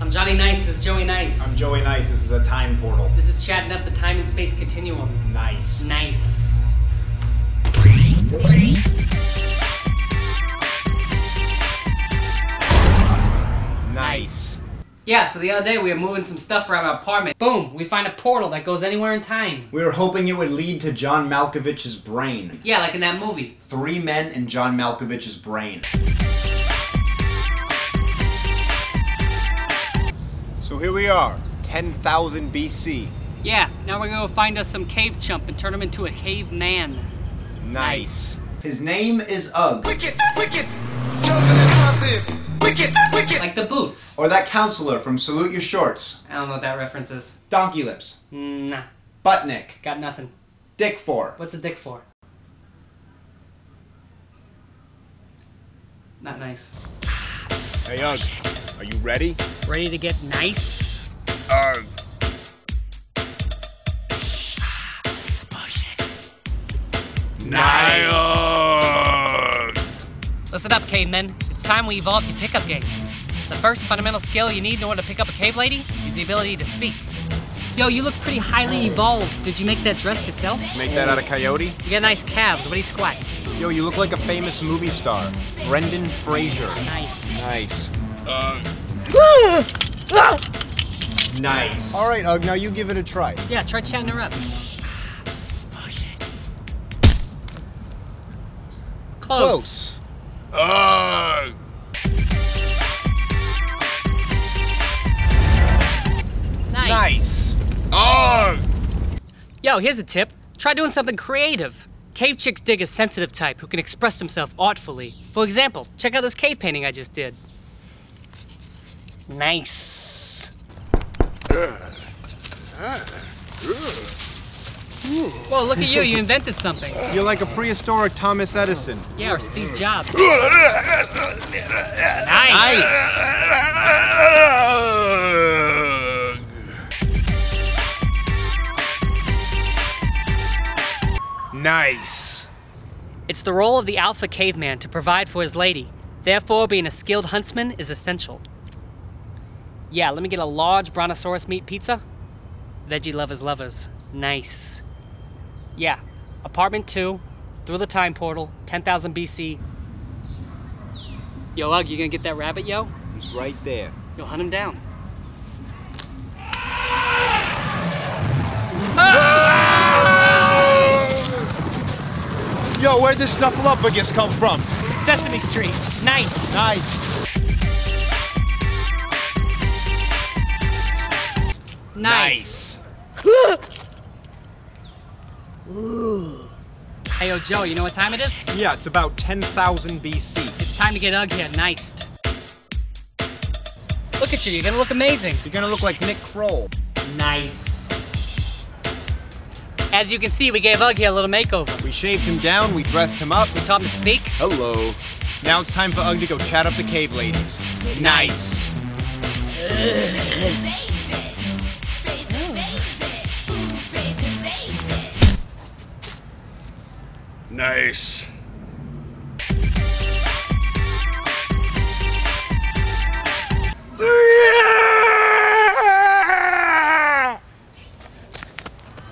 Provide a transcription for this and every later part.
I'm Johnny Nice. This is Joey I'm Nice. Joey Nice. This is a time portal. this is chatting up the time and space continuum. Nice. Nice. Nice. Yeah, so the other day we were moving some stuff around our apartment. Boom, we find a portal that goes anywhere in time. We were hoping it would lead to John Malkovich's brain. Yeah, like in that movie. Three men and John Malkovich's brain. So here we are, 10,000 BC. Yeah, now we're gonna go find us some cave chump and turn him into a caveman. Nice. His name is Ugg, Wicked, wicked, jumping explosive. Wicked, wicked. Like the boots. or that counselor from Salute Your Shorts, I don't know what that reference is. Donkey Lips, Nah, Buttnick, got nothing. Dick Four. What's a dick for? Not nice. Hey, Ugg, are you ready? Ready to get nice? Ugg. Nice. Listen up, cavemen. It's time we evolved the pickup game. The first fundamental skill you need in order to pick up a cave lady is the ability to speak. Yo, you look pretty highly evolved. Did you make that dress yourself? Make that out of Coyote? You got nice calves. What do you squat? Yo, you look like a famous movie star, Brendan Fraser. Nice. Nice. Ugg. Nice. All right, Ugg, now you give it a try. Yeah, try chatting her up. Ah, Close. Ugg. Nice. Ugg. Yo, here's a tip. Try doing something creative. Cave chicks dig a sensitive type who can express himself artfully. For example, check out this cave painting I just did. Nice. Well, look at you. You invented something. You're like a prehistoric Thomas Edison. Yeah, or Steve Jobs. Nice. Ugg. Nice. It's the role of the alpha caveman to provide for his lady. Therefore, being a skilled huntsman is essential. Yeah, let me get a large brontosaurus meat pizza. Veggie lovers, lovers. Nice. Yeah, apartment two, through the time portal, 10,000 BC. Yo, Ugg, you gonna get that rabbit, yo? He's right there. Yo, hunt him down. Yo, where'd this snuffleupagus come from? Sesame Street. Nice. Nice. Nice. Hey, yo, Joe, you know what time it is? Yeah, it's about 10,000 BC. It's time to get Ugg here, niced. Look at you, you're gonna look amazing. You're gonna look like Nick Kroll. Nice. As you can see, we gave Ugg here a little makeover. We shaved him down, we dressed him up. We taught him to speak. Hello. Now it's time for Ugg to go chat up the cave ladies. Nice. Nice.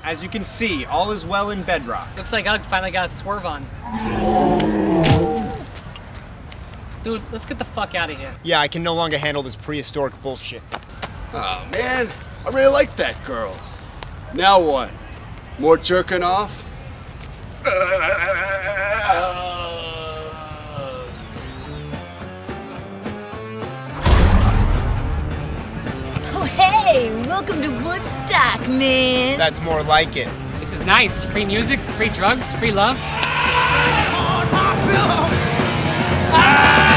As you can see, all is well in bedrock. Looks like Ugg finally got a swerve on. Dude, let's get the fuck out of here. Yeah, I can no longer handle this prehistoric bullshit. Oh man, I really like that girl. Now what? More jerking off? Oh, hey, welcome to Woodstock, man. That's more like it. This is nice. Free music, free drugs, free love. Ah!